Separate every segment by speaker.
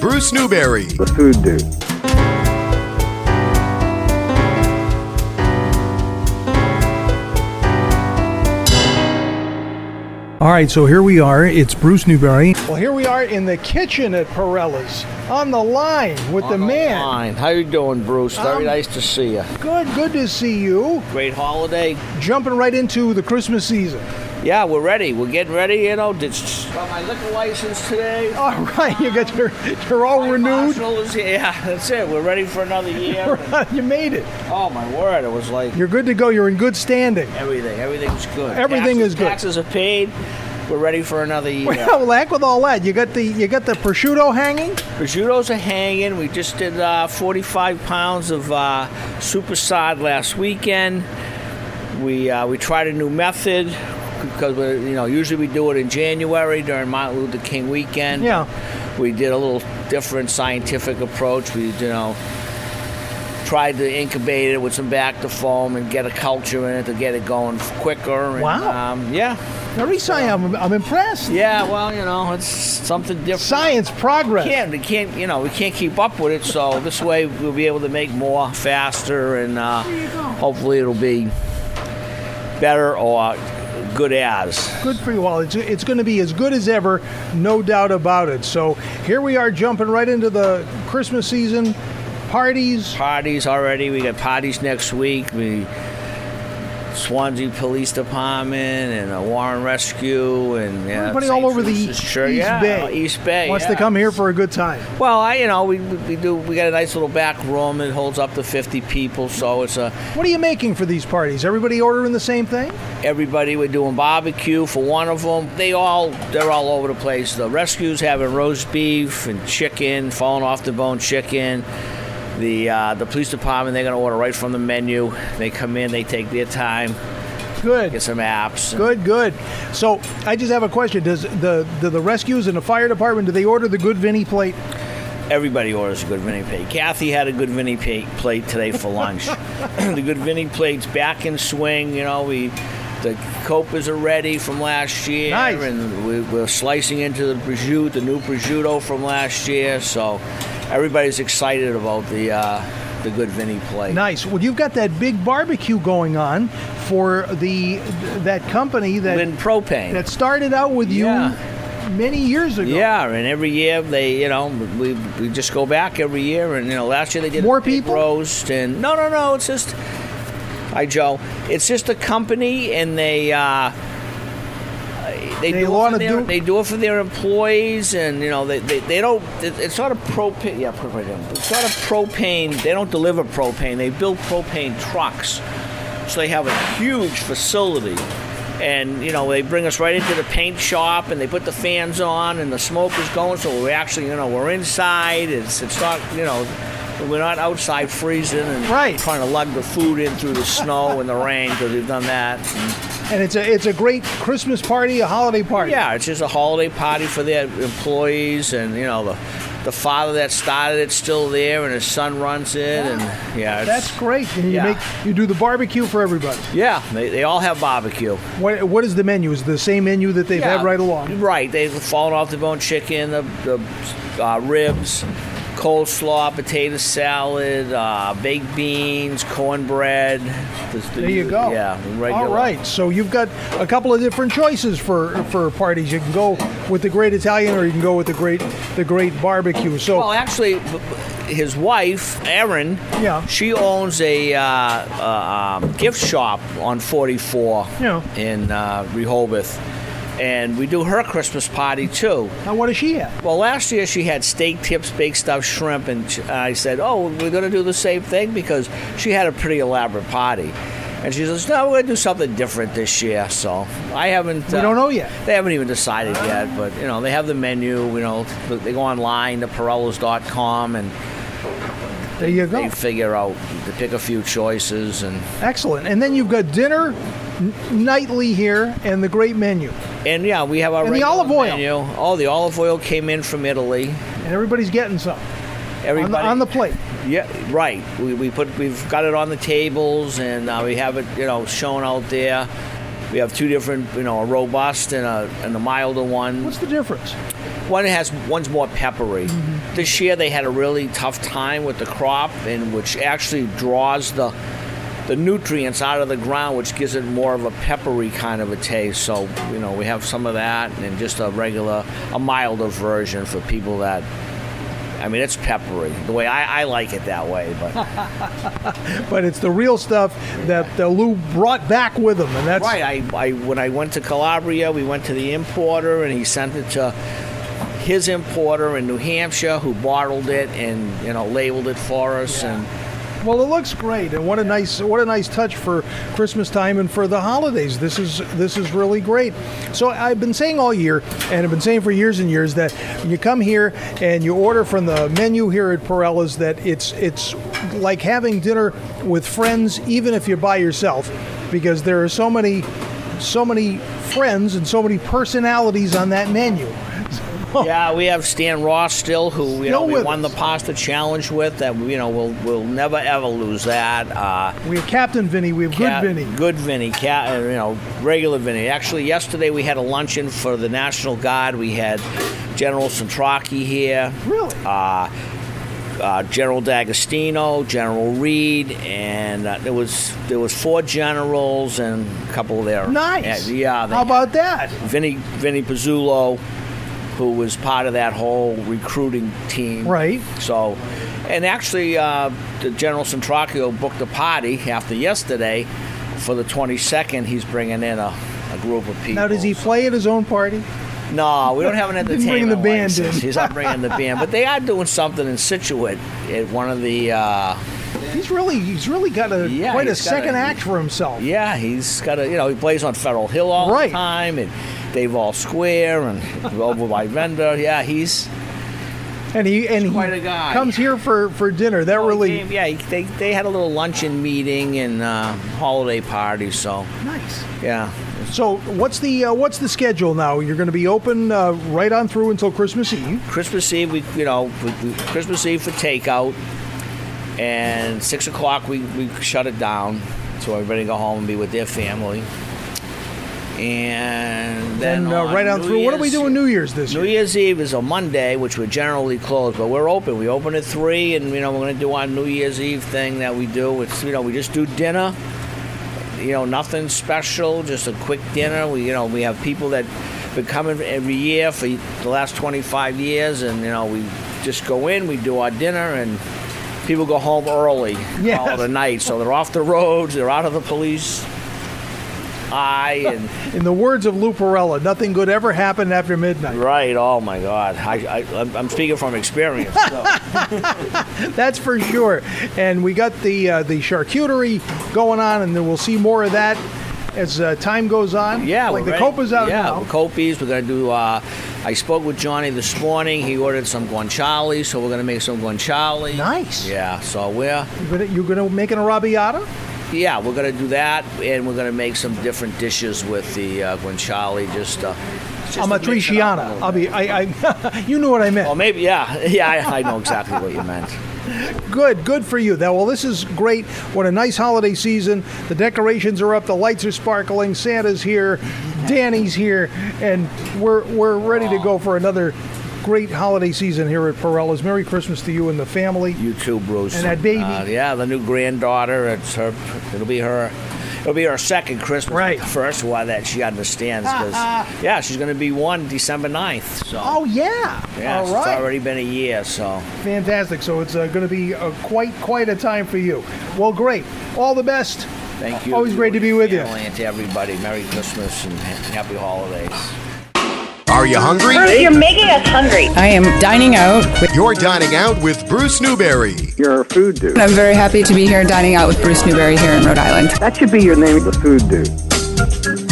Speaker 1: Bruce Newberry,
Speaker 2: The food dude.
Speaker 3: All right, so here we are. It's Bruce Newberry.
Speaker 4: Well, here we are in the kitchen at Perella's on the line with the man.
Speaker 5: Fine. How you doing, Bruce? Very
Speaker 4: Um,
Speaker 5: nice to see you.
Speaker 4: Good, good to see you.
Speaker 5: Great holiday.
Speaker 4: Jumping right into the Christmas season.
Speaker 5: Yeah, we're ready. We're getting ready. You know, did Oh, got my liquor license today.
Speaker 4: All right, you got your, you're all renewed.
Speaker 5: Marshall is here. Yeah, that's it. We're ready for another year.
Speaker 4: you made it.
Speaker 5: oh my word! It was like
Speaker 4: You're good to go. You're in good standing.
Speaker 5: everything. Everything's good.
Speaker 4: Everything
Speaker 5: Taxes-
Speaker 4: is good.
Speaker 5: Taxes are paid. We're ready for another year.
Speaker 4: Well, heck with all that. You got the you got the prosciutto hanging.
Speaker 5: Prosciutto's are hanging. We just did uh, 45 pounds of uh, super sod last weekend. We uh, we tried a new method because we you know usually we do it in January during Martin Luther King weekend.
Speaker 4: Yeah.
Speaker 5: We did a little different scientific approach. We you know tried to incubate it with some back to foam and get a culture in it to get it going quicker. And,
Speaker 4: Wow.
Speaker 5: Um, yeah.
Speaker 4: Every sign, I'm, I'm impressed.
Speaker 5: Yeah. Well, you know, it's something different
Speaker 4: Science progress.
Speaker 5: can't we can't you know we can't keep up with it so this way we'll be able to make more faster and uh, hopefully it'll be better or good as
Speaker 4: Good for you all. It's, it's going to be as good as ever, no doubt about it. So here we are, jumping right into the Christmas season, parties.
Speaker 5: parties already we got parties next week we Swansea Police Department and a Warren Rescue and yeah,
Speaker 4: Everybody
Speaker 5: St.
Speaker 4: all over the
Speaker 5: Lucia's Church.
Speaker 4: East
Speaker 5: Yeah,
Speaker 4: Bay
Speaker 5: East Bay
Speaker 4: Wants to
Speaker 5: yeah.
Speaker 4: come here for a good time.
Speaker 5: Well, I, you know, we, we we do. We got a nice little back room. It holds up to 50 people, so it's a
Speaker 4: What are you making for these parties? Everybody ordering the same thing?
Speaker 5: Everybody were doing barbecue for one of them. They all they're all over the place. The rescues having roast beef and chicken, falling off the bone chicken. The uh, the police department they're gonna order right from the menu. They come in, they take their time,
Speaker 4: Good.
Speaker 5: get some apps.
Speaker 4: Good, good. So I just have a question. Does the do the rescues and the fire department do they order the good Vinny plate?
Speaker 5: Everybody orders a good Vinny plate. Kathy had a good Vinny pa- plate today for lunch. the good Vinny plate's back in swing. You know we. The copas are ready from last year,
Speaker 4: Nice.
Speaker 5: and we, we're slicing into the prosciutto, the new prosciutto from last year. So everybody's excited about the uh, the good Vinny plate.
Speaker 4: Nice. Well, you've got that big barbecue going on for the that company that
Speaker 5: Lynn propane.
Speaker 4: that started out with you
Speaker 5: Yeah.
Speaker 4: many years ago.
Speaker 5: Yeah, and every year they, you know, we, we just go back every year, and you know, last year they did
Speaker 4: More
Speaker 5: a pig
Speaker 4: people?
Speaker 5: roast, and no, no, no, it's just, hi Joe, it's just a company, and they. Uh, they,
Speaker 4: They
Speaker 5: do it for
Speaker 4: wanna
Speaker 5: their,
Speaker 4: do-
Speaker 5: they do it for their employees, and you know they, they, they don't. It, it's not a propane. Yeah, propane. It's not a propane. They don't deliver propane. They build propane trucks. So they have a huge facility. And, you know, they bring us right into the paint shop and they put the fans on and the smoke is going. So we're actually, you know, we're inside. It's, it's not, you know, we're not outside freezing and
Speaker 4: Right.
Speaker 5: trying to lug the food in through the snow and the rain because we've done that.
Speaker 4: And it's a it's a great Christmas party, a holiday party.
Speaker 5: Yeah, it's just a holiday party for their employees, and you know the the father that started it's still there, and his son runs it, and yeah, it's,
Speaker 4: That's great. And you
Speaker 5: Yeah.
Speaker 4: make you do the barbecue for everybody.
Speaker 5: yeah. They, they all have barbecue.
Speaker 4: What what is the menu? Is it the same menu that they've had right along?
Speaker 5: Right, they've fallen off the bone chicken, the, the uh, ribs, coleslaw, potato salad, uh, baked beans, cornbread. Just the-
Speaker 4: There you go.
Speaker 5: Yeah, regular.
Speaker 4: All right. So you've got a couple of different choices for for parties. You can go with the great Italian, or you can go with the great the great barbecue. So
Speaker 5: Well, actually, b- b- his wife, Erin,
Speaker 4: Yeah.
Speaker 5: she owns a uh, uh, um, gift shop on 44
Speaker 4: Yeah.
Speaker 5: in uh, Rehoboth. And we do her Christmas party too.
Speaker 4: now, what does she have?
Speaker 5: Well, last year she had steak tips, baked stuffed shrimp, and sh- I said, "Oh, we're going to do the same thing because she had a pretty elaborate party." And she says, "No, we're going to do something different this year." So I haven't. uh,
Speaker 4: We don't know yet.
Speaker 5: They haven't even decided yet, but you know they have the menu. You know they go online to Perellas.com and
Speaker 4: There you
Speaker 5: they
Speaker 4: go.
Speaker 5: figure out they pick a few choices and
Speaker 4: Excellent. And then you've got dinner n- nightly here, and the great menu.
Speaker 5: and yeah we have our
Speaker 4: And the
Speaker 5: regular
Speaker 4: olive oil.
Speaker 5: menu. Oh, the olive oil came in from Italy.
Speaker 4: And everybody's getting some on the,
Speaker 5: Everybody
Speaker 4: on the plate.
Speaker 5: Yeah, right. We, we put we've got it on the tables and uh, we have it you know shown out there. We have two different you know a robust and a and a milder one.
Speaker 4: What's the difference?
Speaker 5: one has one's more peppery. This year they had a really tough time with the crop, and which actually draws the the nutrients out of the ground, which gives it more of a peppery kind of a taste. So you know we have some of that, and just a regular, a milder version for people that. I mean, it's peppery. The way I, I like it that way, but
Speaker 4: But it's the real stuff that uh, Lou brought back with him, and that's
Speaker 5: right. I, I when I went to Calabria, we went to the importer, and he sent it to his importer in New Hampshire, who bottled it and you know labeled it for us. And
Speaker 4: Well, it looks great, and what a nice what a nice touch for Christmas time and for the holidays. This is this is really great. So I've been saying all year, and I've been saying for years and years that when you come here and you order from the menu here at Perella's, that it's it's like having dinner with friends, even if you're by yourself, because there are so many so many friends and so many personalities on that menu.
Speaker 5: yeah, we have Stan Ross still, who you know
Speaker 4: Still
Speaker 5: we
Speaker 4: with
Speaker 5: won
Speaker 4: us.
Speaker 5: the pasta challenge with. That you know we'll we'll never ever lose that. Uh,
Speaker 4: We have Captain Vinny, we have
Speaker 5: Cat-
Speaker 4: Good Vinny.
Speaker 5: Good Vinny. Cat, uh, you know, regular Vinny. Actually, yesterday we had a luncheon for the National Guard. We had General Centraki here.
Speaker 4: Really?
Speaker 5: Uh, uh, General D'Agostino, General Reed, and uh, there was there was four generals and a couple of their
Speaker 4: Nice.
Speaker 5: Yeah, yeah, they-
Speaker 4: How about that?
Speaker 5: Vinny Vinny Pizzullo, who was part of that whole recruiting team.
Speaker 4: Right.
Speaker 5: So, and actually, uh, the General Centracchio booked a party after yesterday for the 22nd. He's bringing in a, a group of people.
Speaker 4: Now, does he play at his own party?
Speaker 5: No, we don't have an
Speaker 4: Didn't
Speaker 5: entertainment
Speaker 4: bring the band
Speaker 5: license.
Speaker 4: in.
Speaker 5: He's not bringing the band, but they are doing something in Situate at one of the. Uh,
Speaker 4: He's really he's really got a
Speaker 5: Yeah,
Speaker 4: quite a
Speaker 5: he's got
Speaker 4: second
Speaker 5: a-
Speaker 4: act for himself.
Speaker 5: Yeah, he's got a you know he plays on Federal Hill all
Speaker 4: Right.
Speaker 5: the time and Dave All Square and over by Vender. Yeah, he's
Speaker 4: And he and he
Speaker 5: quite a guy. Oh,
Speaker 4: comes here for for dinner. That
Speaker 5: he
Speaker 4: really
Speaker 5: came- yeah. he- They they had a little luncheon meeting and uh, holiday party. So
Speaker 4: nice.
Speaker 5: yeah,
Speaker 4: So what's the uh, what's the schedule now? You're going to be open uh, right on through until Christmas Eve.
Speaker 5: Christmas Eve we you know we, we, Christmas Eve for takeout and six o'clock we we shut it down so everybody go home and be with their family. And then
Speaker 4: And uh, right on
Speaker 5: New
Speaker 4: through. What are we
Speaker 5: Year's-
Speaker 4: doing New Year's this
Speaker 5: New
Speaker 4: year?
Speaker 5: Year's Eve is a Monday, which we're generally closed, but we're open. We open at three, and you know we're going to do our New Year's Eve thing that we do. It's you know we just do dinner. You know nothing special, just a quick dinner. We you know we have people that been coming every year for the last 25 years, and you know we just go in, we do our dinner, and people go home early,
Speaker 4: Yes.
Speaker 5: all the night, so they're off the roads, they're out of the police eye and.
Speaker 4: In the words of Lou Perella, nothing good ever happened after midnight.
Speaker 5: Right. Oh my God. I, I I'm- I'm speaking from experience. So.
Speaker 4: That's for sure. And we got the uh, the charcuterie going on, and then we'll see more of that as uh, time goes on.
Speaker 5: yeah.
Speaker 4: like
Speaker 5: we're
Speaker 4: the
Speaker 5: ready.
Speaker 4: copa's out
Speaker 5: Yeah.
Speaker 4: now.
Speaker 5: the Copies. We're gonna do. Uh, I spoke with Johnny this morning. He ordered some guanciale, so we're gonna make some guanciale.
Speaker 4: Nice.
Speaker 5: Yeah. So we're
Speaker 4: You're gonna- You're going to make an arrabbiata.
Speaker 5: yeah we're gonna do that, and we're gonna make some different dishes with the uh, guanciale. Just. Uh, just
Speaker 4: I'm a
Speaker 5: to mix it up a
Speaker 4: Triciana.
Speaker 5: little
Speaker 4: I'll be.
Speaker 5: bit.
Speaker 4: I. I you knew what I meant.
Speaker 5: Oh, maybe. Yeah. Yeah. I, I know exactly what you meant.
Speaker 4: Good. Good for you. Now, well, this is great. What a nice holiday season. The decorations are up. The lights are sparkling. Santa's here. Danny's here, and we're we're ready to go for another great holiday season here at Perella's. Merry Christmas to you and the family.
Speaker 5: You too, Bruce.
Speaker 4: And that baby.
Speaker 5: Uh, yeah, the new granddaughter. It's her. It'll be her. It'll be her second Christmas.
Speaker 4: Right.
Speaker 5: The first one that she understands. 'cause, yeah, she's going to be one December 9th. So.
Speaker 4: Oh yeah.
Speaker 5: Yeah,
Speaker 4: All
Speaker 5: it's
Speaker 4: right.
Speaker 5: already been a year, so.
Speaker 4: Fantastic. So it's uh, going to be uh, quite quite a time for you. Well, great. All the best.
Speaker 5: Thank you.
Speaker 4: Always
Speaker 5: to
Speaker 4: great to
Speaker 5: and
Speaker 4: be
Speaker 5: your
Speaker 4: with you.
Speaker 5: family And to everybody, Merry Christmas and Happy Holidays.
Speaker 1: Are you hungry?
Speaker 2: You're making us hungry.
Speaker 6: I am dining out. With,
Speaker 1: You're dining out with Bruce Newberry.
Speaker 7: You're a food dude.
Speaker 6: I'm very happy to be here dining out with Bruce Newberry here in Rhode Island.
Speaker 7: That should be your name, the food dude.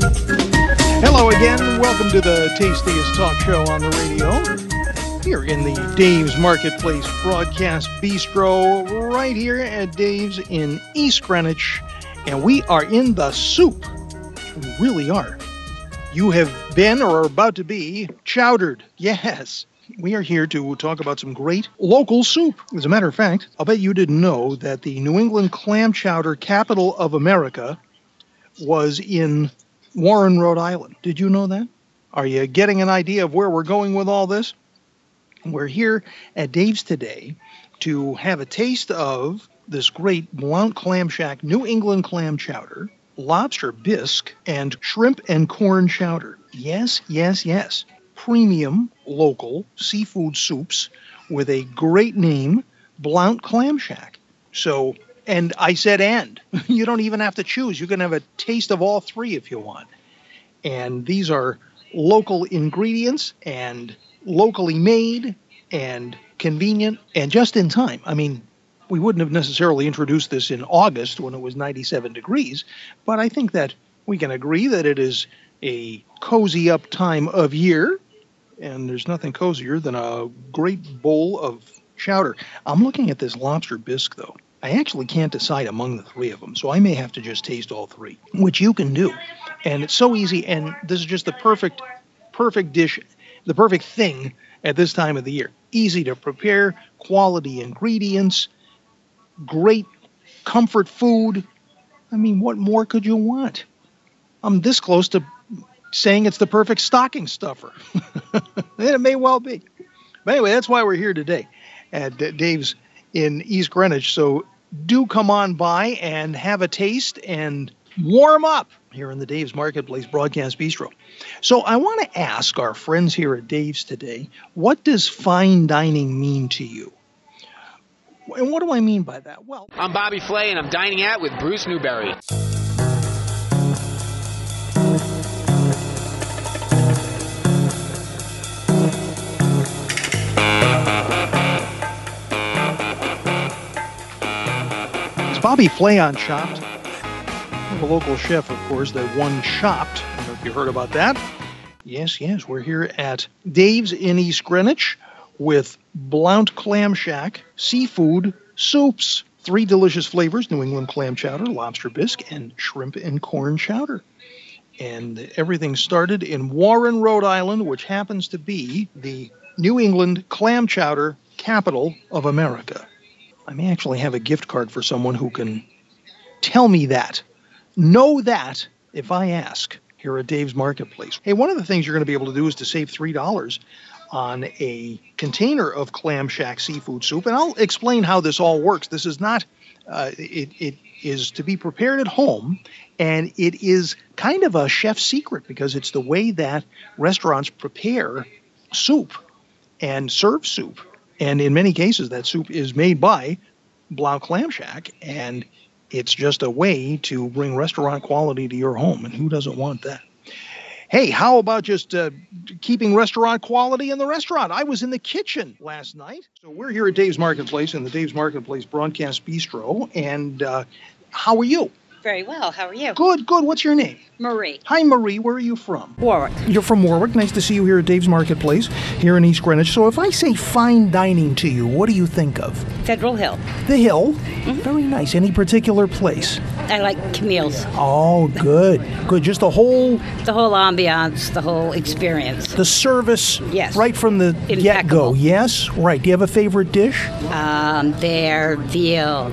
Speaker 4: Hello again. Welcome to the tastiest talk show on the radio. Here in the Dave's Marketplace Broadcast Bistro, right here at Dave's in East Greenwich. And we are in the soup. We really are. You have been or are about to be chowdered. Yes. We are here to talk about some great local soup. As a matter of fact, I'll bet you didn't know that the New England clam chowder capital of America was in Warren, Rhode Island. Did you know that? Are you getting an idea of where we're going with all this? We're here at Dave's today to have a taste of this great Blount Clam Shack New England clam chowder, lobster bisque, and shrimp and corn chowder. Yes, yes, yes. Premium local seafood soups with a great name, Blount Clam Shack. So, and I said, and you don't even have to choose. You can have a taste of all three if you want. And these are local ingredients and locally made and convenient and just in time. I mean, we wouldn't have necessarily introduced this in August when it was 97 degrees, but I think that we can agree that it is a cozy up time of year, and there's nothing cozier than a great bowl of chowder. I'm looking at this lobster bisque, though. I actually can't decide among the three of them, so I may have to just taste all three, which you can do. And it's so easy, and this is just the perfect, perfect dish, the perfect thing at this time of the year. Easy to prepare, quality ingredients, great comfort food. I mean, what more could you want? I'm this close to saying it's the perfect stocking stuffer. and it may well be. But anyway, that's why we're here today at D- Dave's in East Greenwich. So do come on by and have a taste and warm up here in the Dave's Marketplace Broadcast Bistro. So I want to ask our friends here at Dave's today what does fine dining mean to you? And what do I mean by that? Well,
Speaker 2: I'm Bobby Flay, and I'm dining out with Bruce Newberry.
Speaker 4: It's Bobby Flay on Chopped. The local chef, of course, that won Chopped. I don't know if you heard about that. Yes, yes, we're here at Dave's in East Greenwich with Blount Clam Shack seafood soups. Three delicious flavors New England clam chowder, lobster bisque, and shrimp and corn chowder. And everything started in Warren, Rhode Island, which happens to be the New England clam chowder capital of America. I may actually have a gift card for someone who can tell me that, know that if I ask here at Dave's Marketplace. Hey, one of the things you're going to be able to do is to save $3 on a container of clam shack seafood soup. And I'll explain how this all works. This is not, uh, it, it is to be prepared at home, and it is kind of a chef's secret because it's the way that restaurants prepare soup and serve soup. And in many cases, that soup is made by Blau Clam Shack, and it's just a way to bring restaurant quality to your home. And who doesn't want that? Hey, how about just uh, keeping restaurant quality in the restaurant? I was in the kitchen last night. So we're here at Dave's Marketplace in the Dave's Marketplace Broadcast Bistro. And uh, how are you?
Speaker 8: Very well. How are you?
Speaker 4: Good, good. What's your name?
Speaker 8: Marie.
Speaker 4: Hi, Marie. Where are you from?
Speaker 8: Warwick.
Speaker 4: You're from Warwick. Nice to see you here at Dave's Marketplace here in East Greenwich. So, if I say fine dining to you, what do you think of?
Speaker 8: Federal Hill.
Speaker 4: The Hill.
Speaker 8: Mm-hmm.
Speaker 4: Very nice. Any particular place?
Speaker 8: I like Camille's.
Speaker 4: Oh, good. Good. Just the whole
Speaker 8: The whole ambiance, the whole experience.
Speaker 4: the service
Speaker 8: Yes.
Speaker 4: right from the get go.
Speaker 8: Impeccable.
Speaker 4: Yes. Right. Do you have a favorite dish?
Speaker 8: Um, their veal.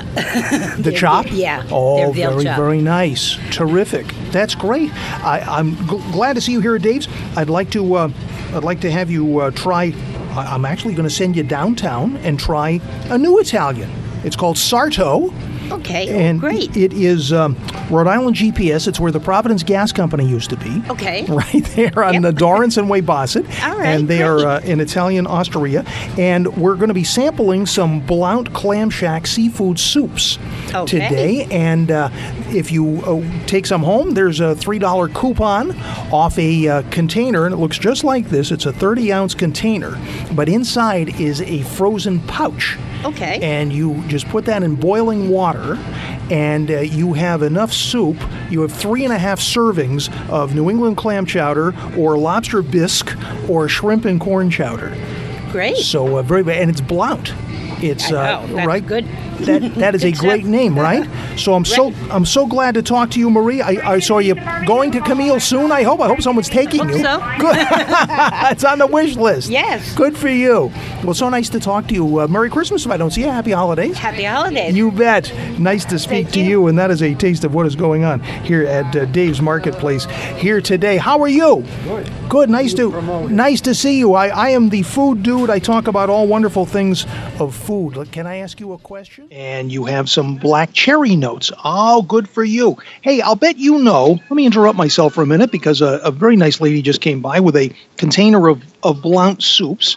Speaker 4: The chop?
Speaker 8: yeah,
Speaker 4: Oh,
Speaker 8: their veal
Speaker 4: very,
Speaker 8: chop.
Speaker 4: very nice. Terrific. That's great. I, I'm gl- glad to see you here, Dave's. I'd like to, uh, I'd like to have you uh, try. I- I'm actually going to send you downtown and try a new Italian. It's called Sarto.
Speaker 8: Okay. Oh,
Speaker 4: And
Speaker 8: great.
Speaker 4: it is um, Rhode Island GPS. It's where the Providence Gas Company used to be.
Speaker 8: Okay.
Speaker 4: Right there on the Dorrance and Waybosset.
Speaker 8: All right,
Speaker 4: And they are
Speaker 8: great.
Speaker 4: uh, in Italian Osteria. And we're going to be sampling some Blount Clam Shack seafood soups
Speaker 8: Okay.
Speaker 4: today. And uh, if you uh, take some home, there's a $3 coupon off a uh, container. And it looks just like this it's a 30 ounce container, but inside is a frozen pouch
Speaker 8: okay.
Speaker 4: and you just put that in boiling water and uh, you have enough soup you have three and a half servings of new england clam chowder or lobster bisque or shrimp and corn chowder
Speaker 8: great.
Speaker 4: so uh, very and it's blount it's
Speaker 8: I know.
Speaker 4: uh,
Speaker 8: That's
Speaker 4: right
Speaker 8: good.
Speaker 9: that that is a great name, right? So I'm so I'm so glad to talk to you, Marie. I, I saw you going to Camille soon. I hope I hope someone's taking
Speaker 8: Hope
Speaker 9: you.
Speaker 8: so.
Speaker 9: Good. it's on the wish list.
Speaker 8: Yes.
Speaker 9: Good for you. Well, so nice to talk to you. Uh, Merry Christmas if I don't see you. Happy holidays.
Speaker 8: Happy holidays.
Speaker 9: You bet. Nice to speak
Speaker 8: Thank
Speaker 9: to
Speaker 8: you.
Speaker 9: you, and that is a taste of what is going on here at uh, Dave's Marketplace here today. How are you? Good. Good. Nice to nice to see you. I, I am the food dude. I talk about all wonderful things of food. Look, Can I ask you a question?
Speaker 4: and you have some black cherry notes. Oh, good for you. Hey, I'll bet you know. Let me interrupt myself for a minute because a, a very nice lady just came by with a container of, of blount soups.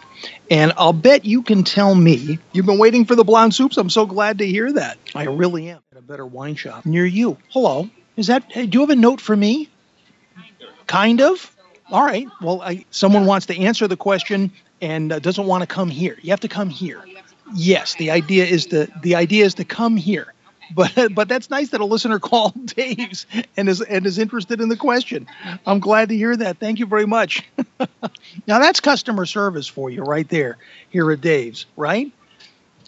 Speaker 4: And I'll bet you can tell me. You've been waiting for the blount soups. I'm so glad to hear that. I really am at a better wine shop near you. Hello. Is that, hey, do you have a note for me? Kind of. All right. Well, I, someone wants to answer the question and uh, doesn't want to come here. You have to come here. Yes, the idea is to the idea is to come here. But but that's nice that a listener called Dave's and is and is interested in the question. I'm glad to hear that. Thank you very much. now that's customer service for you right there here at Dave's, right?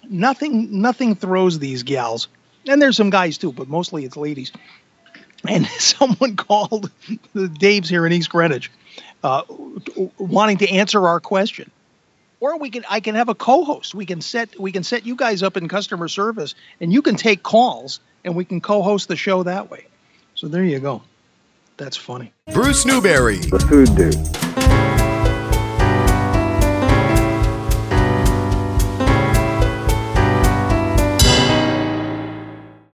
Speaker 4: Nothing nothing throws these gals. And there's some guys too, but mostly it's ladies and someone called the Dave's here in East Greenwich, uh, wanting to answer our question. Or we can, I can have a co-host. We can set, we can set you guys up in customer service, and you can take calls, and we can co-host the show that way. So there you go. That's funny.
Speaker 1: Bruce Newberry.
Speaker 7: The food dude.